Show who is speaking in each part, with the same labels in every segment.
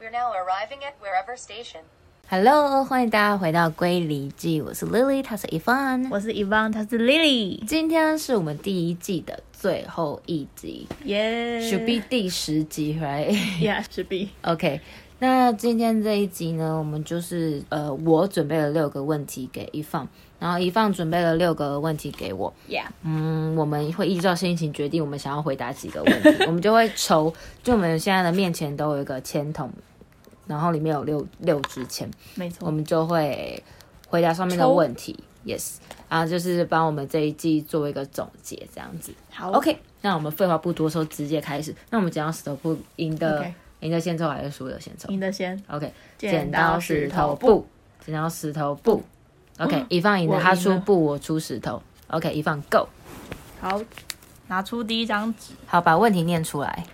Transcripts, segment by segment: Speaker 1: We're now arriving at wherever station.
Speaker 2: Hello，欢迎大家回到《归离记》，我是 Lily，她是 Evan。
Speaker 3: 我是 Yvonne，她是 Lily，
Speaker 2: 今天是我们第一季的最后一集，
Speaker 3: 耶、
Speaker 2: should be 第十集，right？OK，、
Speaker 3: ，Yeah，should be，
Speaker 2: OK，那今天这一集呢，我们就是呃，我准备了六个问题给 Evan，然后 Evan 准备了六个问题给我。
Speaker 3: Yeah，
Speaker 2: 嗯，我们会依照心情决定我们想要回答几个问题，我们就会抽，就我们现在的面前都有一个签筒，然后里面有六六支签，
Speaker 3: 没
Speaker 2: 我
Speaker 3: 错，
Speaker 2: 们就会回答上面的
Speaker 3: 抽
Speaker 2: 问题，yes，然后就是帮我们这一季做一个总结，这样子。
Speaker 3: 好
Speaker 2: OK，那我们废话不多说，直接开始。那我们讲到石头布，赢的
Speaker 3: OK
Speaker 2: 赢的先抽还是输的先抽
Speaker 3: 赢的先，
Speaker 2: ？OK，
Speaker 3: 剪
Speaker 2: 剪
Speaker 3: 刀
Speaker 2: 刀石
Speaker 3: 石
Speaker 2: 头
Speaker 3: 头
Speaker 2: 布，剪刀石头布。OK，一 放赢
Speaker 3: 我
Speaker 2: 的
Speaker 3: 赢
Speaker 2: 他出
Speaker 3: 了
Speaker 2: 布，我出石头。OK，一放 Go，
Speaker 3: 好，拿出第一张纸，
Speaker 2: 好，把问题念出来。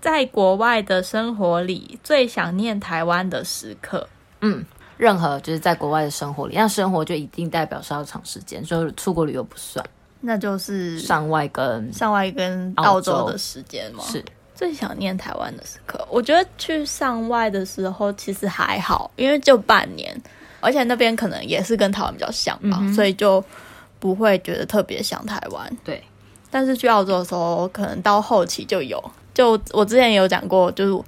Speaker 3: 在国外的生活里，最想念台湾的时刻，
Speaker 2: 嗯，任何就是在国外的生活里，那生活就一定代表是要长时间，所以出国旅游不算，
Speaker 3: 那就是
Speaker 2: 上外跟
Speaker 3: 上外跟
Speaker 2: 澳
Speaker 3: 澳
Speaker 2: 洲
Speaker 3: 洲的时间吗？
Speaker 2: 是。
Speaker 3: 最想念台湾的时刻，我觉得去上外的时候其实还好，因为就半年，而且那边可能也是跟台湾比较像吧，
Speaker 2: 嗯
Speaker 3: 所以就不会觉得特别想台湾。
Speaker 2: 对，
Speaker 3: 但是去澳洲的时候，可能到后期就有，就我之前也有讲过，就是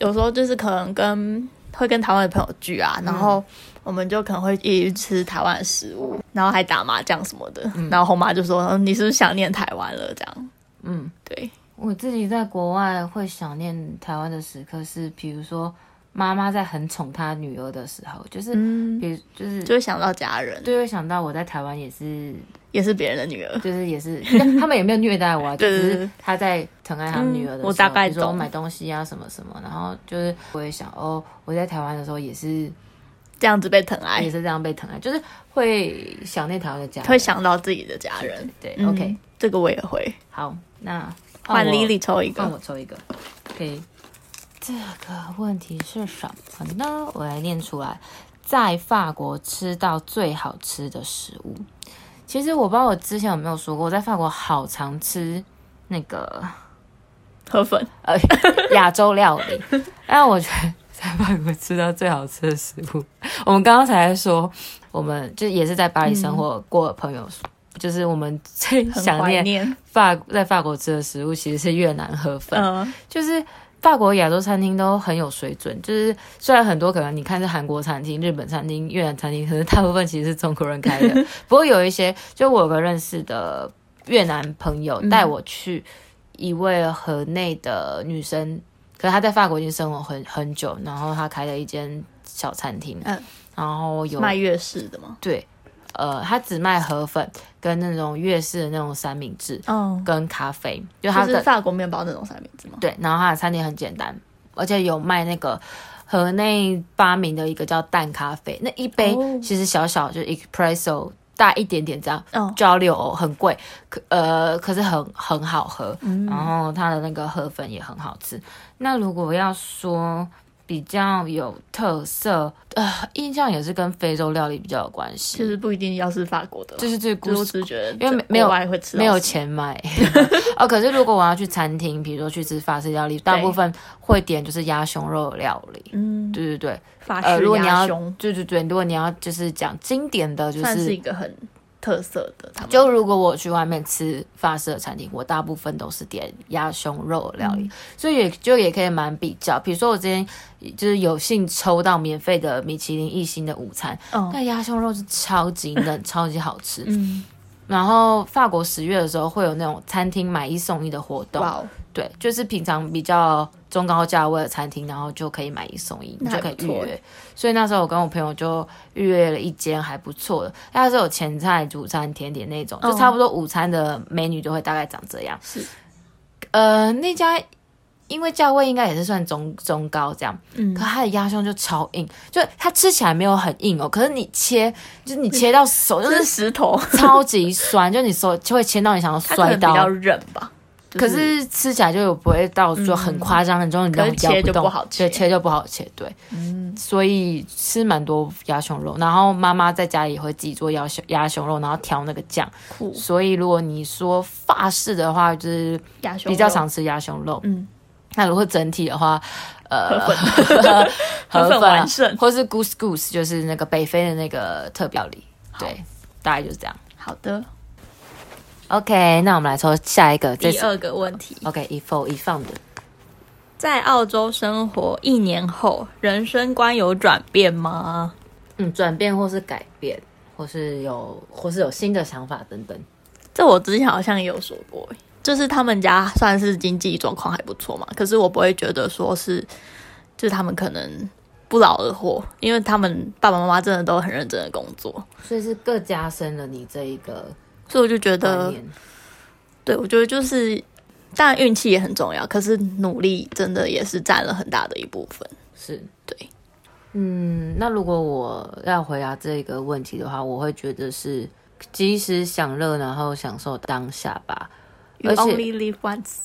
Speaker 3: 有时候就是可能跟会跟台湾的朋友聚啊，
Speaker 2: 嗯
Speaker 3: 然后我们就可能会一起去吃台湾的食物，然后还打麻将什么的，然后红妈就说嗯你是不是想念台湾了？这样，
Speaker 2: 嗯，
Speaker 3: 对，
Speaker 2: 我自己在国外会想念台湾的时刻是，比如说妈妈在很宠她女儿的时候，就是，
Speaker 3: 嗯
Speaker 2: 比如就是
Speaker 3: 就会想到家人，
Speaker 2: 就会想到我在台湾也是，
Speaker 3: 也是别人的女儿。
Speaker 2: 就是 也是，但他们也没有虐待我、啊，就
Speaker 3: 对对对
Speaker 2: 是她在疼爱她女儿的时候，
Speaker 3: 嗯我大概
Speaker 2: 比如说
Speaker 3: 懂
Speaker 2: 买东西啊什么什么，然后就是我也想哦，我在台湾的时候也是
Speaker 3: 这样子被疼爱
Speaker 2: 也，是这样被疼爱，就是会想念台湾的家人，
Speaker 3: 会想到自己的家人。
Speaker 2: 对、
Speaker 3: 嗯
Speaker 2: o k
Speaker 3: 这个我也会。
Speaker 2: 好，那
Speaker 3: 换
Speaker 2: 我
Speaker 3: Lily 抽一
Speaker 2: 让
Speaker 3: 个，
Speaker 2: 我抽一个。OK，这个问题是什么呢？我来念出来，在法国吃到最好吃的食物。其实我不知道我之前有没有说过，我在法国好常吃那个
Speaker 3: 河粉
Speaker 2: 呃 亚洲料理，但我觉得在法国吃到最好吃的食物，我们刚刚才说，我们就也是在巴黎生活过的朋友，就是我们最
Speaker 3: 嗯很
Speaker 2: 想
Speaker 3: 怀
Speaker 2: 念
Speaker 3: 念。
Speaker 2: 法在法国吃的食物其实是越南河粉，
Speaker 3: 嗯，
Speaker 2: 就是法国亚洲餐厅都很有水准，就是虽然很多可能你看是韩国餐厅、日本餐厅、越南餐厅，可是大部分其实是中国人开 的。不过有一些，就我有个认识的越南朋友
Speaker 3: 嗯
Speaker 2: 带我去一位河内的女生，可是她在法国已经生活很很久，然后她开了一间小餐厅，
Speaker 3: 嗯
Speaker 2: 然后有
Speaker 3: 卖粤式的吗？
Speaker 2: 对，呃，她只卖河粉跟那种粤式的那种三明治
Speaker 3: 嗯，
Speaker 2: 跟咖啡，就她
Speaker 3: 就
Speaker 2: 的
Speaker 3: 是法国面包那种三明治吗？
Speaker 2: 对，然后它的餐点很简单，而且有卖那个河内发明的一个叫蛋咖啡，那一杯
Speaker 3: 哦
Speaker 2: 其实小小就 espresso 大一点点这样，
Speaker 3: 嗯，
Speaker 2: 就要六欧，很贵，可呃可是很很好喝，
Speaker 3: 嗯
Speaker 2: 然后它的那个河粉也很好吃。那如果要说比较有特色，呃，印象也是跟非洲料理比较有关系，
Speaker 3: 其实不一定要是法国的，
Speaker 2: 就是最古
Speaker 3: 就是我只是觉得，
Speaker 2: 因为没没有
Speaker 3: 外会吃到
Speaker 2: 没有
Speaker 3: 什
Speaker 2: 钱买哦。可是如果我要去餐厅，比如说去吃法式料理，大部分会点就是鸭胸肉料理。
Speaker 3: 么，嗯，
Speaker 2: 对对对，
Speaker 3: 法
Speaker 2: 呃，
Speaker 3: 式
Speaker 2: 如果你
Speaker 3: 鸭
Speaker 2: 要
Speaker 3: 胸
Speaker 2: 对对对，如果你要就是讲经典的，就
Speaker 3: 算是
Speaker 2: 是
Speaker 3: 一个很特色的，他们
Speaker 2: 就如果我去外面吃法式的餐厅，我大部分都是点鸭胸肉料
Speaker 3: 嗯
Speaker 2: 理，所以也就也可以蛮比较。比如说我之前就是有幸抽到免费的米其林一星的午餐，
Speaker 3: 嗯
Speaker 2: 那鸭胸肉是超级 嫩，超级好吃。
Speaker 3: 嗯，
Speaker 2: 然后法国十月的时候会有那种餐厅买一送一的活动，
Speaker 3: 哇哦，
Speaker 2: 对，就是平常比较中高价位的餐厅，然后就可以买一送一，你
Speaker 3: 那
Speaker 2: 就
Speaker 3: 还
Speaker 2: 可以
Speaker 3: 不
Speaker 2: 预
Speaker 3: 错
Speaker 2: 约。所以那时候我跟我朋友就预约了一间还不错的，它是有前菜、主餐、甜点那种，就
Speaker 3: 嗯
Speaker 2: 差不多午餐的美女就会大概长这样。
Speaker 3: 是，
Speaker 2: 呃，那家因为价位应该也是算中中高这样，
Speaker 3: 嗯
Speaker 2: 可，它的鸭胸就超硬，就它吃起来没有很硬哦，可是你切，就是你切到手就
Speaker 3: 就是是石 头，
Speaker 2: 超级酸，就你手就会牵到你想要
Speaker 3: 它可
Speaker 2: 摔
Speaker 3: 能比较
Speaker 2: 到。
Speaker 3: 韧吧，就
Speaker 2: 可是吃起来就有不会到说很夸张那种，你
Speaker 3: 嗯可是
Speaker 2: 咬
Speaker 3: 切就
Speaker 2: 动
Speaker 3: 不好切
Speaker 2: 对，切就不好切，对，
Speaker 3: 嗯，
Speaker 2: 所以吃蛮多鸭胸肉，然后妈妈在家里也会自己做鸭胸鸭胸肉，然后调那个酱，
Speaker 3: 酷
Speaker 2: 所以如果你说法式的话，就是
Speaker 3: 鸭胸
Speaker 2: 比较
Speaker 3: 肉，
Speaker 2: 常吃鸭胸肉，
Speaker 3: 嗯，
Speaker 2: 那如果整体的话，呃
Speaker 3: 河
Speaker 2: 河
Speaker 3: 粉
Speaker 2: 粉
Speaker 3: 河粉
Speaker 2: 啊
Speaker 3: 完胜
Speaker 2: 或是 goose goose，就是那个北非的那个特料理。对，大概就是这样。
Speaker 3: 好的，
Speaker 2: OK，那我们来抽下一个，这
Speaker 3: 第
Speaker 2: 是
Speaker 3: 二个问题，
Speaker 2: OK 一 f 一放的。
Speaker 3: 在澳洲生活一年后，人生观有转变吗？
Speaker 2: 嗯，转变或是改变，或是有或是有新的想法等等。
Speaker 3: 这我之前好像也有说过欸，就是他们家算是经济状况还不错嘛，可是我不会觉得说是，就是他们可能不劳而获，因为他们爸爸妈妈真的都很认真的工作，
Speaker 2: 所以是各加深了你这一个
Speaker 3: 所以我就觉
Speaker 2: 观
Speaker 3: 得，
Speaker 2: 念。
Speaker 3: 对我觉得就是，当然运气也很重要，可是努力真的也是占了很大的一部分。
Speaker 2: 是
Speaker 3: 对，
Speaker 2: 嗯，那如果我要回答这个问题的话，我会觉得是及时享乐，然后享受当下吧。
Speaker 3: You
Speaker 2: 而且
Speaker 3: only live once，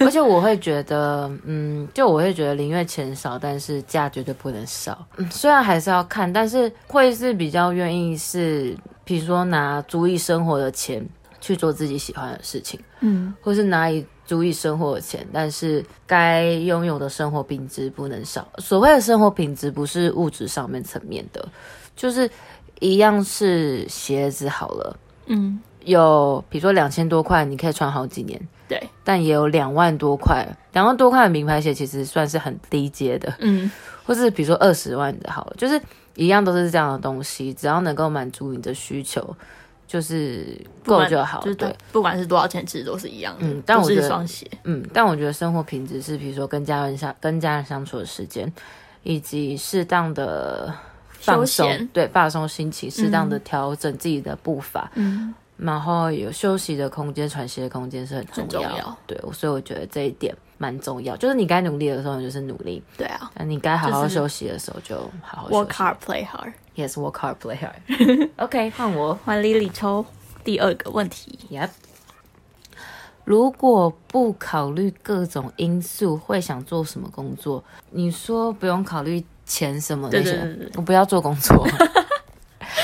Speaker 2: 而且我会觉得，嗯，就我会觉得宁愿钱少，但是价绝对不能少。嗯，虽然还是要看，但是会是比较愿意是，比如说拿足以生活的钱去做自己喜欢的事情，
Speaker 3: 嗯，
Speaker 2: 或是拿以足以生活的钱，但是该拥有的生活品质不能少。所谓的生活品质，不是物质上面层面的，就是一样是鞋子好了，
Speaker 3: 嗯，
Speaker 2: 有比如说两千多块，你可以穿好几年。
Speaker 3: 对，
Speaker 2: 但也有两万多块，两万多块的名牌鞋其实算是很低阶的，
Speaker 3: 嗯，
Speaker 2: 或是比如说二十万的好了，就是一样都是这样的东西，只要能够满足你的需求，就是
Speaker 3: 不
Speaker 2: 够
Speaker 3: 管
Speaker 2: 就好。
Speaker 3: 就是
Speaker 2: 对，
Speaker 3: 不管是多少钱，其实都是一样的，
Speaker 2: 嗯但
Speaker 3: 都
Speaker 2: 我觉
Speaker 3: 是
Speaker 2: 得
Speaker 3: 一双鞋，
Speaker 2: 嗯，但我觉得生活品质是，比如说跟家人相跟家人相处的时间，以及适当的放
Speaker 3: 休
Speaker 2: 松
Speaker 3: 闲，
Speaker 2: 对，放松心情，适当的
Speaker 3: 嗯
Speaker 2: 调整自己的步伐，
Speaker 3: 嗯，
Speaker 2: 然后有休息的空间、喘息的空间是很重
Speaker 3: 很
Speaker 2: 要。
Speaker 3: 重要
Speaker 2: 对，所以我觉得这一点蛮重要，就是你该努力的时候，你就是努力。
Speaker 3: 对啊
Speaker 2: 那你该好好
Speaker 3: 就是
Speaker 2: 休息的时候就好好休
Speaker 3: ，work
Speaker 2: 息。
Speaker 3: hard play hard。
Speaker 2: Yes, work hard, play hard. OK，换我。
Speaker 3: 换 Lily 抽第二个问题，
Speaker 2: Yep。如果不考虑各种因素，会想做什么工作？你说不用考虑钱什么那
Speaker 3: 对
Speaker 2: 些，
Speaker 3: 对对对对
Speaker 2: 我不要做工 作，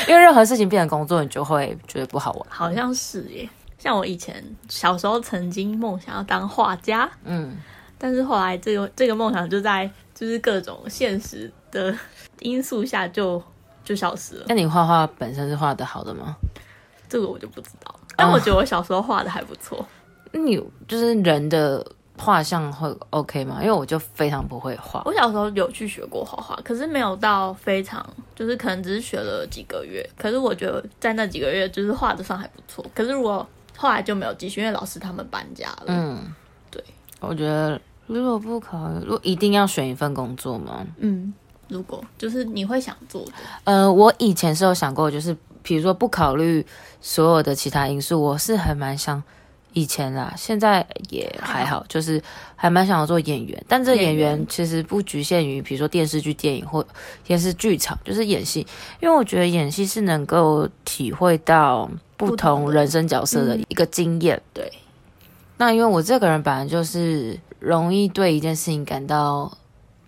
Speaker 2: 因为任何事情变成工作，你就会觉得不好玩。
Speaker 3: 好像是耶。像我以前小时候曾经梦想要当画家，
Speaker 2: 嗯，
Speaker 3: 但是后来这个这个梦想就在就是各种现实的因素下就就消失了。
Speaker 2: 那你画画本身是画的好的吗？
Speaker 3: 这个我就不知道，但我觉得我小时候画的还不错。
Speaker 2: 你就是人的画像会 OK 吗？因为我就非常不会画
Speaker 3: 我，小时候有去学过画画，可是没有到非常，就是可能只是学了几个月。可是我觉得在那几个月就是画的算还不错。可是如果后来就没有继续，因为老师他们搬家了。
Speaker 2: 嗯，
Speaker 3: 对，
Speaker 2: 我觉得如果不考虑，如果一定要选一份工作吗？
Speaker 3: 嗯，如果就是你会想做的，
Speaker 2: 呃，我以前是有想过，就是比如说不考虑所有的其他因素，我是还蛮想以前啦，现在也还好，就是还蛮想要做演员。但这个演
Speaker 3: 演员
Speaker 2: 员其实不局限于比如说电视剧、电影或电视剧场，就是演戏，因为我觉得演戏是能够体会到不
Speaker 3: 不同
Speaker 2: 同
Speaker 3: 的
Speaker 2: 人生角色的
Speaker 3: 嗯
Speaker 2: 一个经验。
Speaker 3: 对，
Speaker 2: 那因为我这个人本来就是容易对一件事情感到，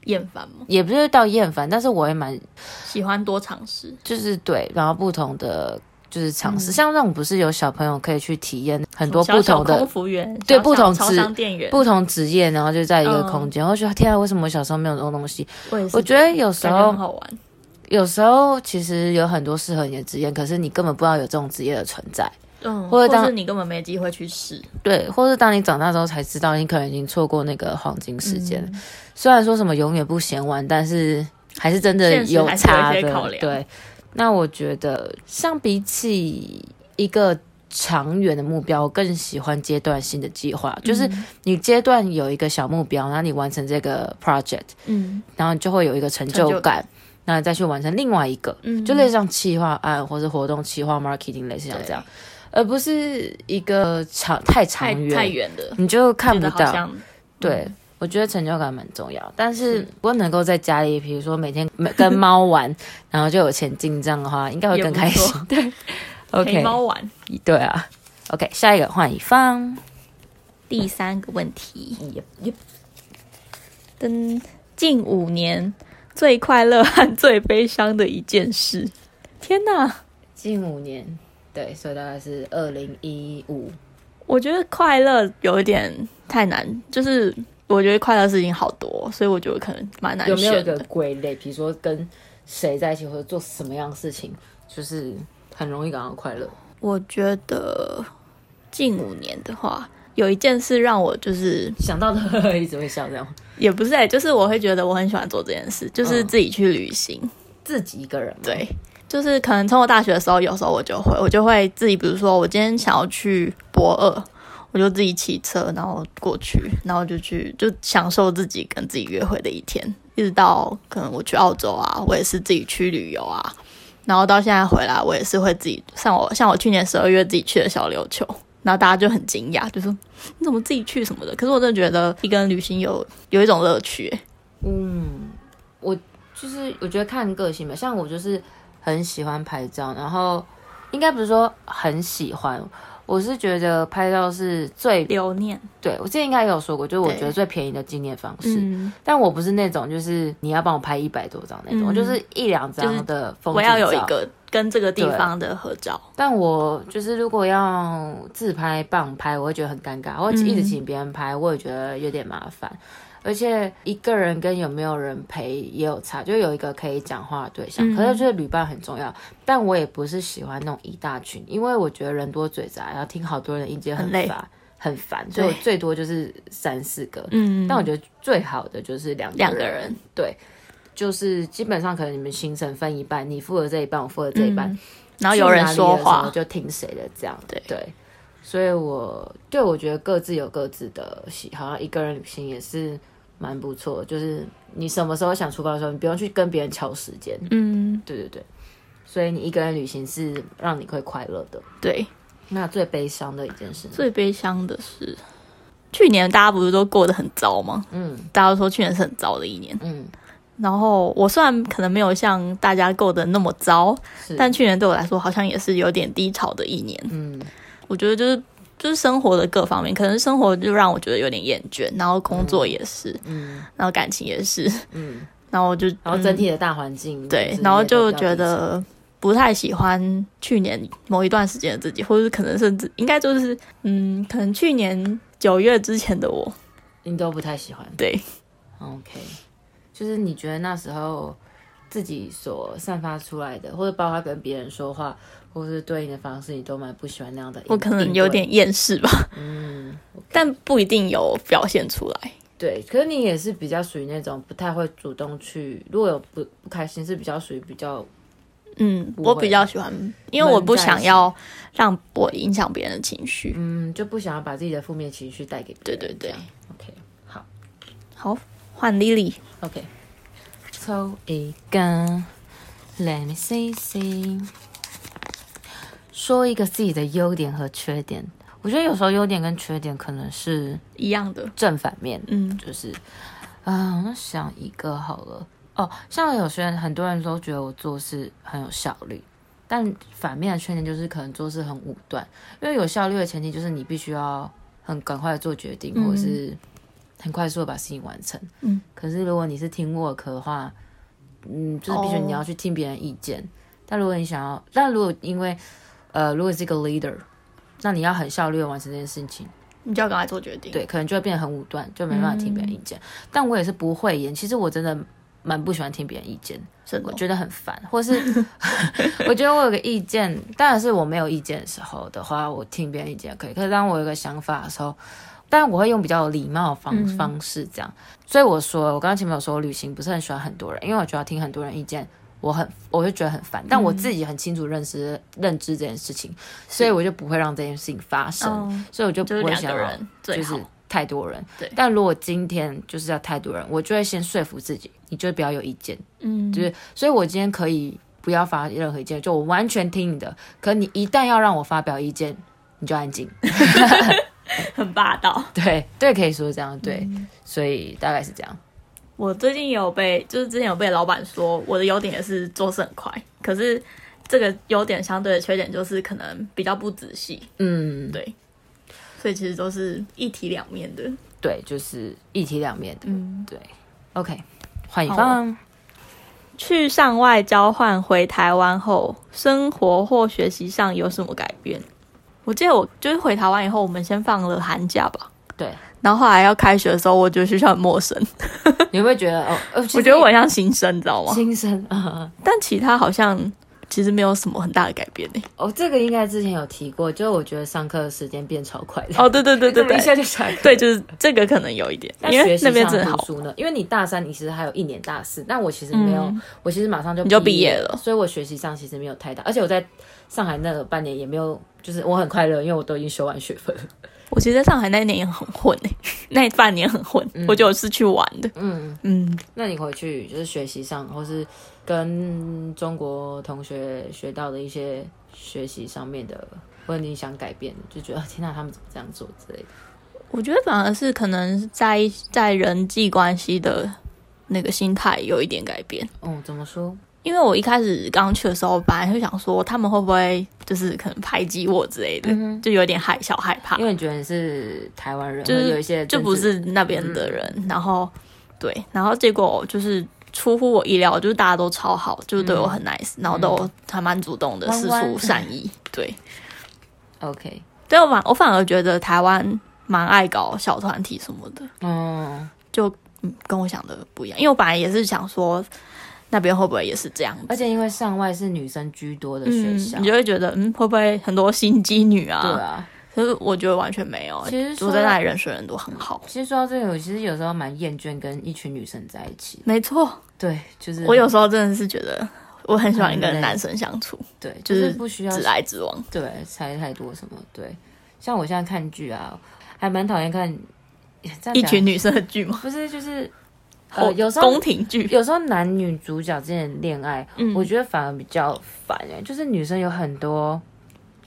Speaker 3: 厌烦吗？
Speaker 2: 也不是到厌烦，但是我也蛮
Speaker 3: 喜欢多尝试，
Speaker 2: 就是对，然后不同的就是尝试，
Speaker 3: 嗯
Speaker 2: 像那种不是有小朋友可以去体验很多
Speaker 3: 小
Speaker 2: 不
Speaker 3: 小
Speaker 2: 同的
Speaker 3: 空服员，
Speaker 2: 对
Speaker 3: 小小
Speaker 2: 不同
Speaker 3: 超
Speaker 2: 职
Speaker 3: 商店员，
Speaker 2: 不同职业，然后就在一个
Speaker 3: 嗯
Speaker 2: 空间，我觉得天啊，为什么我小时候没有这种东西？
Speaker 3: 我也是，
Speaker 2: 我觉得有时
Speaker 3: 感觉
Speaker 2: 候
Speaker 3: 很好玩。
Speaker 2: 有时候其实有很多适合你的职业，可是你根本不知道有这种职业的存在，
Speaker 3: 嗯，
Speaker 2: 或
Speaker 3: 或
Speaker 2: 者当
Speaker 3: 者是你根本没机会去试，
Speaker 2: 对，或是当你长大之后才知道，你可能已经错过那个黄金时间了。
Speaker 3: 嗯
Speaker 2: 虽然说什么永远不嫌晚，但是还是真的
Speaker 3: 现实
Speaker 2: 有
Speaker 3: 还是有一
Speaker 2: 差
Speaker 3: 些
Speaker 2: 的。
Speaker 3: 考量
Speaker 2: 对，那我觉得相比起一个长远的目标，我更喜欢阶段性的计划。就是
Speaker 3: 嗯
Speaker 2: 你阶段有一个小目标，然后你完成这个 project，
Speaker 3: 嗯，
Speaker 2: 然后你就会有一个成就
Speaker 3: 成就
Speaker 2: 感，那再去完成另外一个，
Speaker 3: 嗯
Speaker 2: 就类似像企划案或是活动企划 marketing 类似像这样，而不是一个长太长
Speaker 3: 太
Speaker 2: 远，
Speaker 3: 太远的，
Speaker 2: 你就看
Speaker 3: 觉
Speaker 2: 不
Speaker 3: 得
Speaker 2: 到
Speaker 3: 好。像
Speaker 2: 对，我觉得成就感蛮重要，但是如果能够在家里，比如说每 天跟猫玩，然后就有钱进账的话，应该会
Speaker 3: 也
Speaker 2: 更
Speaker 3: 不
Speaker 2: 开心
Speaker 3: 错。
Speaker 2: 对
Speaker 3: 陪
Speaker 2: ，OK，
Speaker 3: 猫玩。
Speaker 2: 对啊，OK，下一个换乙方。
Speaker 3: 第三个问题，跟近五年最快乐和最悲伤的一件事。天哪，
Speaker 2: 近五年，对，所以大概是二零一五。
Speaker 3: 我觉得快乐有一点太难，就是我觉得快乐事情好多，所以我觉得可能蛮难
Speaker 2: 有没有一
Speaker 3: 选
Speaker 2: 个
Speaker 3: 的。
Speaker 2: 归类？比如说跟谁在一起，或者做什么样的事情，就是很容易感到快乐。
Speaker 3: 我觉得近五年的话，有一件事让我就是
Speaker 2: 想到的 一直会笑，这样
Speaker 3: 也不是、欸，就是我会觉得我很喜欢做这件事，就是
Speaker 2: 嗯
Speaker 3: 自己去旅行。
Speaker 2: 自己一个人嘛，
Speaker 3: 对，就是可能从我大学的时候，有时候我就会，我就会自己，比如说我今天想要去博二，我就自己骑车，然后过去，然后就去就享受自己跟自己约会的一天，一直到可能我去澳洲啊，我也是自己去旅游啊，然后到现在回来，我也是会自己像我像我去年十二月自己去了小琉球。然后大家就很惊讶，就说你怎么自己去什么的？可是我真的觉得一个人旅行有有一种乐趣、欸
Speaker 2: 嗯，我就是我觉得看个性吧，像我就是很喜欢拍照，然后应该不是说很喜欢，我是觉得拍照是最
Speaker 3: 留念。
Speaker 2: 对我之前应该有说过，就是我
Speaker 3: 对
Speaker 2: 觉得最便宜的纪念方式。
Speaker 3: 嗯，
Speaker 2: 但我不是那种就是你要帮我拍一百多张那种，
Speaker 3: 嗯
Speaker 2: 我就是一两
Speaker 3: 就是
Speaker 2: 张的风
Speaker 3: 我
Speaker 2: 景
Speaker 3: 要有一
Speaker 2: 照
Speaker 3: 个跟这个地
Speaker 2: 对
Speaker 3: 方的合照。
Speaker 2: 但我就是如果要自拍、棒拍，我会觉得很尴尬。我
Speaker 3: 嗯
Speaker 2: 一直请别人拍，我也觉得有点麻烦。而且一个人跟有没有人陪也有差，就有一个可以讲话的对象。
Speaker 3: 嗯
Speaker 2: 可是就是旅伴很重要，但我也不是喜欢那种一大群，因为我觉得人多嘴杂，然后听好多人的意见很
Speaker 3: 很累
Speaker 2: 烦，很烦。所以我
Speaker 3: 对
Speaker 2: 最多就是三四个。
Speaker 3: 嗯
Speaker 2: 但我觉得最好的就是两
Speaker 3: 两个人，
Speaker 2: 对，就是基本上可能你们行程分一半，你负责这一半，我负责这一半。
Speaker 3: 嗯然后有人说
Speaker 2: 去哪里的时候啊
Speaker 3: 话，
Speaker 2: 就听谁的这样。
Speaker 3: 对
Speaker 2: 对，所以我对我觉得各自有各自的喜好，一个人旅行也是蛮不错的。就是你什么时候想出发的时候，你不用去跟别人敲时间。
Speaker 3: 嗯，
Speaker 2: 对对对，所以你一个人旅行是让你会快乐的。
Speaker 3: 对。
Speaker 2: 那最悲伤的一件事呢，
Speaker 3: 最悲伤的是，去年大家不是都过得很糟吗？
Speaker 2: 嗯
Speaker 3: 大家都说去年是很糟的一年。
Speaker 2: 嗯，
Speaker 3: 然后我虽然可能没有像大家过得那么糟，
Speaker 2: 是，
Speaker 3: 但去年对我来说好像也是有点低潮的一年。
Speaker 2: 嗯
Speaker 3: 我觉得就是就是生活的各方面，可能生活就让我觉得有点厌倦，然后工作也是，
Speaker 2: 嗯
Speaker 3: 然后感情也是，
Speaker 2: 嗯，
Speaker 3: 然后我就
Speaker 2: 然后
Speaker 3: 嗯
Speaker 2: 整体的大环境、
Speaker 3: 对
Speaker 2: 是，
Speaker 3: 然后
Speaker 2: 也都比
Speaker 3: 就
Speaker 2: 较
Speaker 3: 觉得不太喜欢去年某一段时间的自己，或者是可能甚至应该就是嗯，可能去年九月之前的我，
Speaker 2: 低潮你都不太喜欢。
Speaker 3: 对
Speaker 2: OK，就是你觉得那时候自己所散发出来的，或者包括跟别人说话，或是对应的方式，你都蛮不喜欢那样的应。
Speaker 3: 我可能
Speaker 2: 应
Speaker 3: 有
Speaker 2: 对，
Speaker 3: 点厌世吧，
Speaker 2: 嗯，
Speaker 3: 但不一定有表现出来。
Speaker 2: 对。可是你也是比较属于那种不太会主动去，如果有不不开心，是比较属于比较
Speaker 3: 嗯，
Speaker 2: 不会
Speaker 3: 我比较喜欢，因为我不想要让我影响别人的情绪。
Speaker 2: 嗯，就不想要把自己的负面情绪带给别人。
Speaker 3: 对对
Speaker 2: 这
Speaker 3: 对
Speaker 2: 样，OK，好
Speaker 3: 好，换 Lily，
Speaker 2: ，OK，抽一个，Let me see see。说一个自己的优点和缺点。我觉得有时候优点跟缺点可能是
Speaker 3: 一样的，
Speaker 2: 正反面，
Speaker 3: 嗯
Speaker 2: 就是啊、我想一个好了。哦，像有些人很多人都觉得我做事很有效率，但反面的缺点就是可能做事很武断。因为有效率的前提就是你必须要很赶快地做决定，
Speaker 3: 嗯
Speaker 2: 或者是很快速的把事情完成。
Speaker 3: 嗯，
Speaker 2: 可是如果你是听 work 的话，嗯，就是必须
Speaker 3: 哦
Speaker 2: 你要去听别人意见。但如果你想要，但如果因为呃，如果你是一个 leader，那你要很效率的完成这件事情，
Speaker 3: 你就要赶快做决定。，
Speaker 2: 对，可能就会变得很武断，就没办法听
Speaker 3: 嗯
Speaker 2: 别人意见。但我也是不会言，其实我真的蛮不喜欢听别人意见，
Speaker 3: 真
Speaker 2: 我
Speaker 3: 的，
Speaker 2: 觉得很烦，或是 我觉得我有个意见，当然是我没有意见的时候的话，我听别人意见可以。可是当我有个想法的时候，但我会用比较有礼貌的方、
Speaker 3: 嗯
Speaker 2: 方式这样。所以我说，我刚刚前面有说，我旅行不是很喜欢很多人，因为我觉得要听很多人意见。我很，我就觉得很烦，但
Speaker 3: 嗯
Speaker 2: 我自己很清楚认识、认知这件事情，所以我就不会让这件事情发生，
Speaker 3: 嗯，
Speaker 2: 所以我就不
Speaker 3: 就是
Speaker 2: 会
Speaker 3: 两
Speaker 2: 想
Speaker 3: 个
Speaker 2: 要
Speaker 3: 人最
Speaker 2: 就是
Speaker 3: 好。
Speaker 2: 太多人。
Speaker 3: 对
Speaker 2: 但如果今天就是要太多人，我就会先说服自己，你就不要有意见，
Speaker 3: 嗯，
Speaker 2: 就是所以我今天可以不要发任何意见，就我完全听你的。可你一旦要让我发表意见，你就安 静。
Speaker 3: 很霸道。
Speaker 2: 对对，可以说这样对，
Speaker 3: 嗯
Speaker 2: 所以大概是这样。
Speaker 3: 我最近也有被，就是之前有被老板说我的优点也是做事很快，可是这个优点相对的缺点就是可能比较不仔细，
Speaker 2: 嗯，
Speaker 3: 对，所以其实都是一体两面的。
Speaker 2: 对，就是一体两面的。
Speaker 3: 嗯，
Speaker 2: 对，OK，换一
Speaker 3: 好啊
Speaker 2: 方。
Speaker 3: 去上外交换回台湾后，生活或学习上有什么改变？我记得我就是回台湾以后，我们先放了寒假吧，
Speaker 2: 对，
Speaker 3: 然后后来要开学的时候，我觉得学校很陌生，
Speaker 2: 你会不会觉得哦？呃
Speaker 3: 我觉得我很像新生，你知道吗？
Speaker 2: 新生啊。
Speaker 3: 但其他好像其实没有什么很大的改变欸呢、
Speaker 2: 哦，这个应该之前有提过，就是我觉得上课的时间变超快的，
Speaker 3: 哦，对对对对
Speaker 2: 怎么
Speaker 3: 对
Speaker 2: 一，下就下课。
Speaker 3: 对，就是这个可能有一点，
Speaker 2: 那
Speaker 3: 因
Speaker 2: 学
Speaker 3: 为
Speaker 2: 习
Speaker 3: 那边
Speaker 2: 上
Speaker 3: 真的
Speaker 2: 读
Speaker 3: 好。
Speaker 2: 书呢？因为你大三，你其实还有一年大四，但我其实没有，
Speaker 3: 嗯
Speaker 2: 我其实马上就
Speaker 3: 你就
Speaker 2: 毕
Speaker 3: 毕业
Speaker 2: 了
Speaker 3: 了，
Speaker 2: 所以我学习上其实没有太大，而且我在上海那半年也没有，就是我很快乐，因为我都已经修完学分了。
Speaker 3: 我其实在上海那一年也很混 诶、那半年很混，我觉得我是去玩的。
Speaker 2: 嗯，
Speaker 3: 嗯，
Speaker 2: 那你回去就是学习上，或是跟中国同学学到的一些学习上面的，或者你想改变的，就觉得啊天哪，他们怎么这样做之类的。
Speaker 3: 我觉得反而是可能在在人际关系的那个心态有一点改变。
Speaker 2: 哦，怎么说？
Speaker 3: 因为我一开始刚去的时候，本来就想说他们会不会就是可能排挤我之类的，就有点害小害怕
Speaker 2: 嗯因，为你觉得你是台湾人，
Speaker 3: 啊就
Speaker 2: 会
Speaker 3: 是
Speaker 2: 有一些嗯
Speaker 3: 就
Speaker 2: 政
Speaker 3: 不
Speaker 2: 治
Speaker 3: 是那边的人。然后对，然后结果就是出乎我意料，就是大家都超好，就是对我很 nice，、然后都还蛮主动的，
Speaker 2: 嗯弯
Speaker 3: 四
Speaker 2: 弯
Speaker 3: 出善意。对，
Speaker 2: OK。
Speaker 3: 对我反我反而觉得台湾蛮爱搞小团体什么的，
Speaker 2: 哦，
Speaker 3: 就嗯跟我想的不一样，因为我本来也是想说那边会不会也是这样子
Speaker 2: 而且因为上外是女生居多的学
Speaker 3: 嗯
Speaker 2: 校，，
Speaker 3: 你就会觉得，嗯，会不会很多心机女啊？
Speaker 2: 对啊。
Speaker 3: 可是我觉得完全没有、欸。
Speaker 2: 其实说
Speaker 3: 我在那里认识的人都很好。
Speaker 2: 其实说到这个，我其实有时候蛮厌倦跟一群女生在一起。
Speaker 3: 没错，
Speaker 2: 对，就是
Speaker 3: 我有时候真的是觉得我很喜欢
Speaker 2: 很累
Speaker 3: 跟男生相处，
Speaker 2: 对，就
Speaker 3: 就是是
Speaker 2: 不需要
Speaker 3: 直来直往。
Speaker 2: 对猜太多什么。对，像我现在看剧啊，还蛮讨厌看这样
Speaker 3: 一
Speaker 2: 讲
Speaker 3: 群女生的剧吗？
Speaker 2: 不是就是呃
Speaker 3: 或
Speaker 2: 有时候
Speaker 3: 宫廷剧，
Speaker 2: 有时候男女主角之间的恋爱，
Speaker 3: 嗯
Speaker 2: 我觉得反而比较烦哎、就是女生有很多。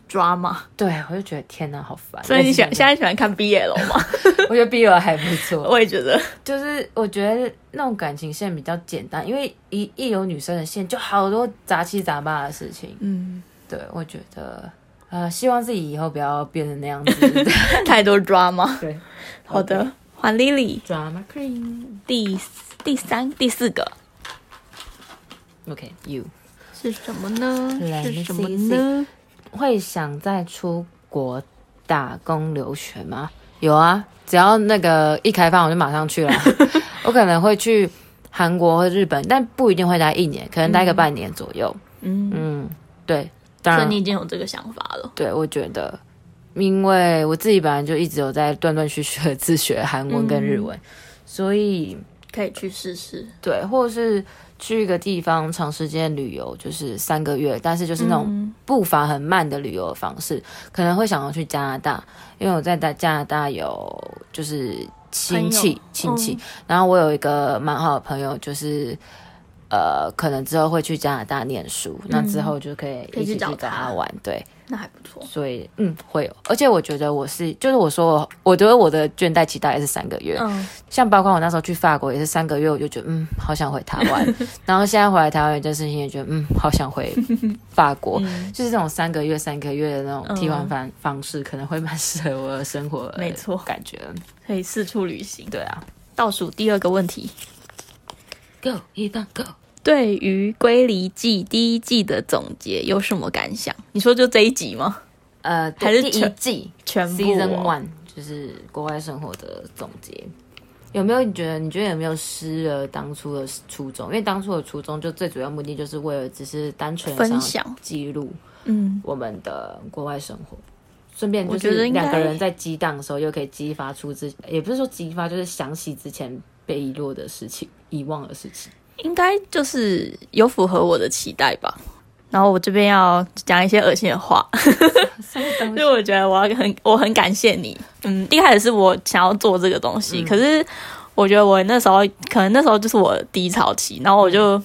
Speaker 3: 抓嘛。
Speaker 2: 对，我就觉得天哪，好烦。
Speaker 3: 所以你喜
Speaker 2: 想
Speaker 3: 欢现在喜欢看 BL 吗？
Speaker 2: 我觉得 BL 还不错，
Speaker 3: 我也觉得，
Speaker 2: 就是我觉得那种感情线比较简单，因为一一有女生的线，就好多杂七杂八的事情。
Speaker 3: 嗯，
Speaker 2: 对，我觉得呃，希望自己以后不要变成那样子。
Speaker 3: 太多抓 嘛。
Speaker 2: 对，
Speaker 3: 好的，还 Lily
Speaker 2: ，drama queen。
Speaker 3: 第第三第四个
Speaker 2: OK，you、
Speaker 3: 是什么呢
Speaker 2: Let？me
Speaker 3: 是什么
Speaker 2: see,
Speaker 3: 呢？
Speaker 2: 会想再出国打工留学吗？有啊，只要那个一开放，我就马上去 了。我可能会去韩国或日本，但不一定会待一年，可能待个半年左右。
Speaker 3: 嗯，
Speaker 2: 嗯，对，当
Speaker 3: 所以
Speaker 2: 然
Speaker 3: 你已经有这个想法了。
Speaker 2: 对，我觉得，因为我自己本来就一直有在断断续续的自学韩文跟
Speaker 3: 嗯
Speaker 2: 日文，所以
Speaker 3: 可以去试试。
Speaker 2: 对，或者是去一个地方长时间旅游，就是三个月，但是就是那
Speaker 3: 嗯
Speaker 2: 种步伐很慢的旅游方式，可能会想要去加拿大，因为我在加拿大有就是亲戚
Speaker 3: 朋
Speaker 2: 亲
Speaker 3: 友
Speaker 2: 戚，
Speaker 3: 嗯
Speaker 2: 然后我有一个蛮好的朋友，就是。呃，可能之后会去加拿大念书，那之后就可以
Speaker 3: 嗯可以
Speaker 2: 一起
Speaker 3: 去
Speaker 2: 去
Speaker 3: 找
Speaker 2: 找他
Speaker 3: 他
Speaker 2: 玩，对。
Speaker 3: 那还不错。
Speaker 2: 所以嗯会有，而且我觉得我是，就是我说我，我觉得我的倦怠期大概是三个月，
Speaker 3: 嗯，
Speaker 2: 像包括我那时候去法国也是三个月，我就觉得嗯好想回台湾，然后现在回来台湾有一件事情也觉得嗯好想回法国，就是这种三个月三个月的那种替换方方式，可能会蛮适合我的生活，
Speaker 3: 没错
Speaker 2: 感觉
Speaker 3: 可以四处旅行。
Speaker 2: 对啊
Speaker 3: 倒数第二个问题，
Speaker 2: ，Go 一段 Go，
Speaker 3: 对于《归离记》第一季的总结有什么感想？你说就这一集吗？
Speaker 2: 呃
Speaker 3: 还是
Speaker 2: 第一
Speaker 3: 全
Speaker 2: 季
Speaker 3: 全部、哦
Speaker 2: Season One 就是国外生活的总结。有没有你觉得？你觉得有没有失了当初的初衷？因为当初的初衷就最主要目的就是为了只是单纯地
Speaker 3: 分
Speaker 2: 想要
Speaker 3: 享
Speaker 2: 记录
Speaker 3: 嗯，
Speaker 2: 我们的国外生活，顺便就
Speaker 3: 我觉得
Speaker 2: 是
Speaker 3: 应该
Speaker 2: 两个人在激荡的时候，又可以激发出之，也不是说激发，就是想起之前被遗落的事情、遗忘的事 情。
Speaker 3: 应该就是有符合我的期待吧。然后我这边要讲一些恶心的 话，所以我觉得我要很我很感谢你。嗯，一开始是我想要做这个东西，可是我觉得我那时候可能那时候就是我低潮期，然后我就、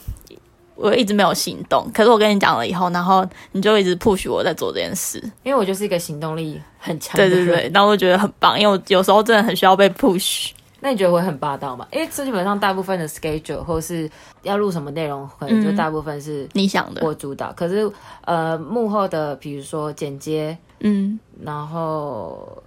Speaker 3: 我一直没有行动。可是我跟你讲了以后，然后你就一直 push 我在做这件事，
Speaker 2: 因为我就是一个行动力很强的
Speaker 3: 对
Speaker 2: 人。
Speaker 3: 对对，然后我觉得很棒，因为我有时候真的很需要被 push。
Speaker 2: 那你觉得我会很霸道吗？因为基本上大部分的 schedule 或是要录什么内容，可能就
Speaker 3: 嗯
Speaker 2: 大部分是
Speaker 3: 你想的，
Speaker 2: 我主导。可是呃，幕后的比如说剪接，
Speaker 3: 嗯，
Speaker 2: 然后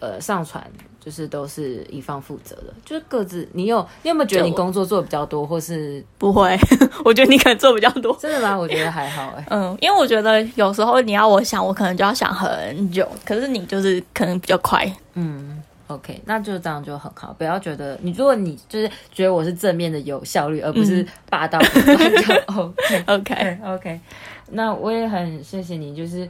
Speaker 2: 呃上传，就是都是乙方负责的，就是各自。你有你有没有觉得
Speaker 3: 就
Speaker 2: 你
Speaker 3: 我
Speaker 2: 工作做得比较多，或是
Speaker 3: 不会， 我觉得你可能做比较多。
Speaker 2: 真的吗？我觉得还好哎、
Speaker 3: 嗯，因为我觉得有时候你要我想，我可能就要想很久，可是你就是可能比较快。
Speaker 2: 嗯， OK，那就这样就很好，不要觉得你，如果你就是觉得我是正面的有效率，而不是霸道， 哦那就 OK。
Speaker 3: OK，
Speaker 2: OK，那我也很谢谢你，就是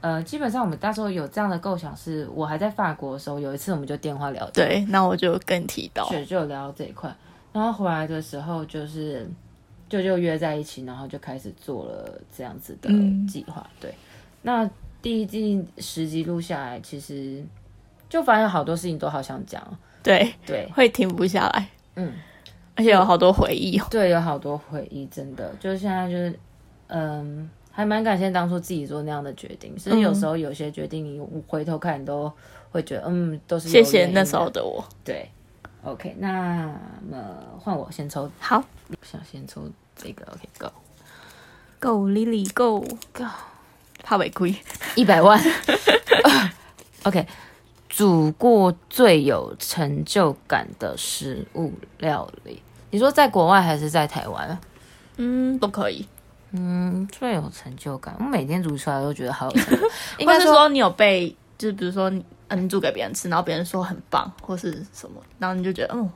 Speaker 2: 呃，基本上我们那时候有这样的构想是，我还在法国的时候，有一次我们就电话聊天，
Speaker 3: 对，那我就跟你提到，
Speaker 2: 对，就聊这一块，然后回来的时候就是就就约在一起，然后就开始做了这样子的
Speaker 3: 嗯
Speaker 2: 计划。对，那第一季十集录下来，其实就发现好多事情都好想讲，
Speaker 3: 对，
Speaker 2: 对，
Speaker 3: 会停不下来，
Speaker 2: 嗯。
Speaker 3: 而且有好多回忆哦。
Speaker 2: 对，有好多回忆，真的，就是现在就是，嗯，还蛮感谢当初自己做那样的决定。其
Speaker 3: 嗯
Speaker 2: 实有时候有些决定，你回头看，你都会觉得，嗯，都是有
Speaker 3: 谢谢
Speaker 2: 原因的
Speaker 3: 那时候。的我。
Speaker 2: 对，OK，那么换我先抽，
Speaker 3: 好
Speaker 2: 想先抽这个，OK，Go，
Speaker 3: ，Go Lily Go，
Speaker 2: Go
Speaker 3: 怕违规。
Speaker 2: 一百万 ，OK，煮过最有成就感的食物料理，你说在国外还是在台湾？
Speaker 3: 嗯，都可以。
Speaker 2: 嗯，最有成就感。我每天煮出来都觉得好有成 就感，应
Speaker 3: 或
Speaker 2: 该
Speaker 3: 是
Speaker 2: 说
Speaker 3: 说你有被，就是比如说你嗯煮给别人吃，然后别人说很棒或是什么，然后你就觉得嗯，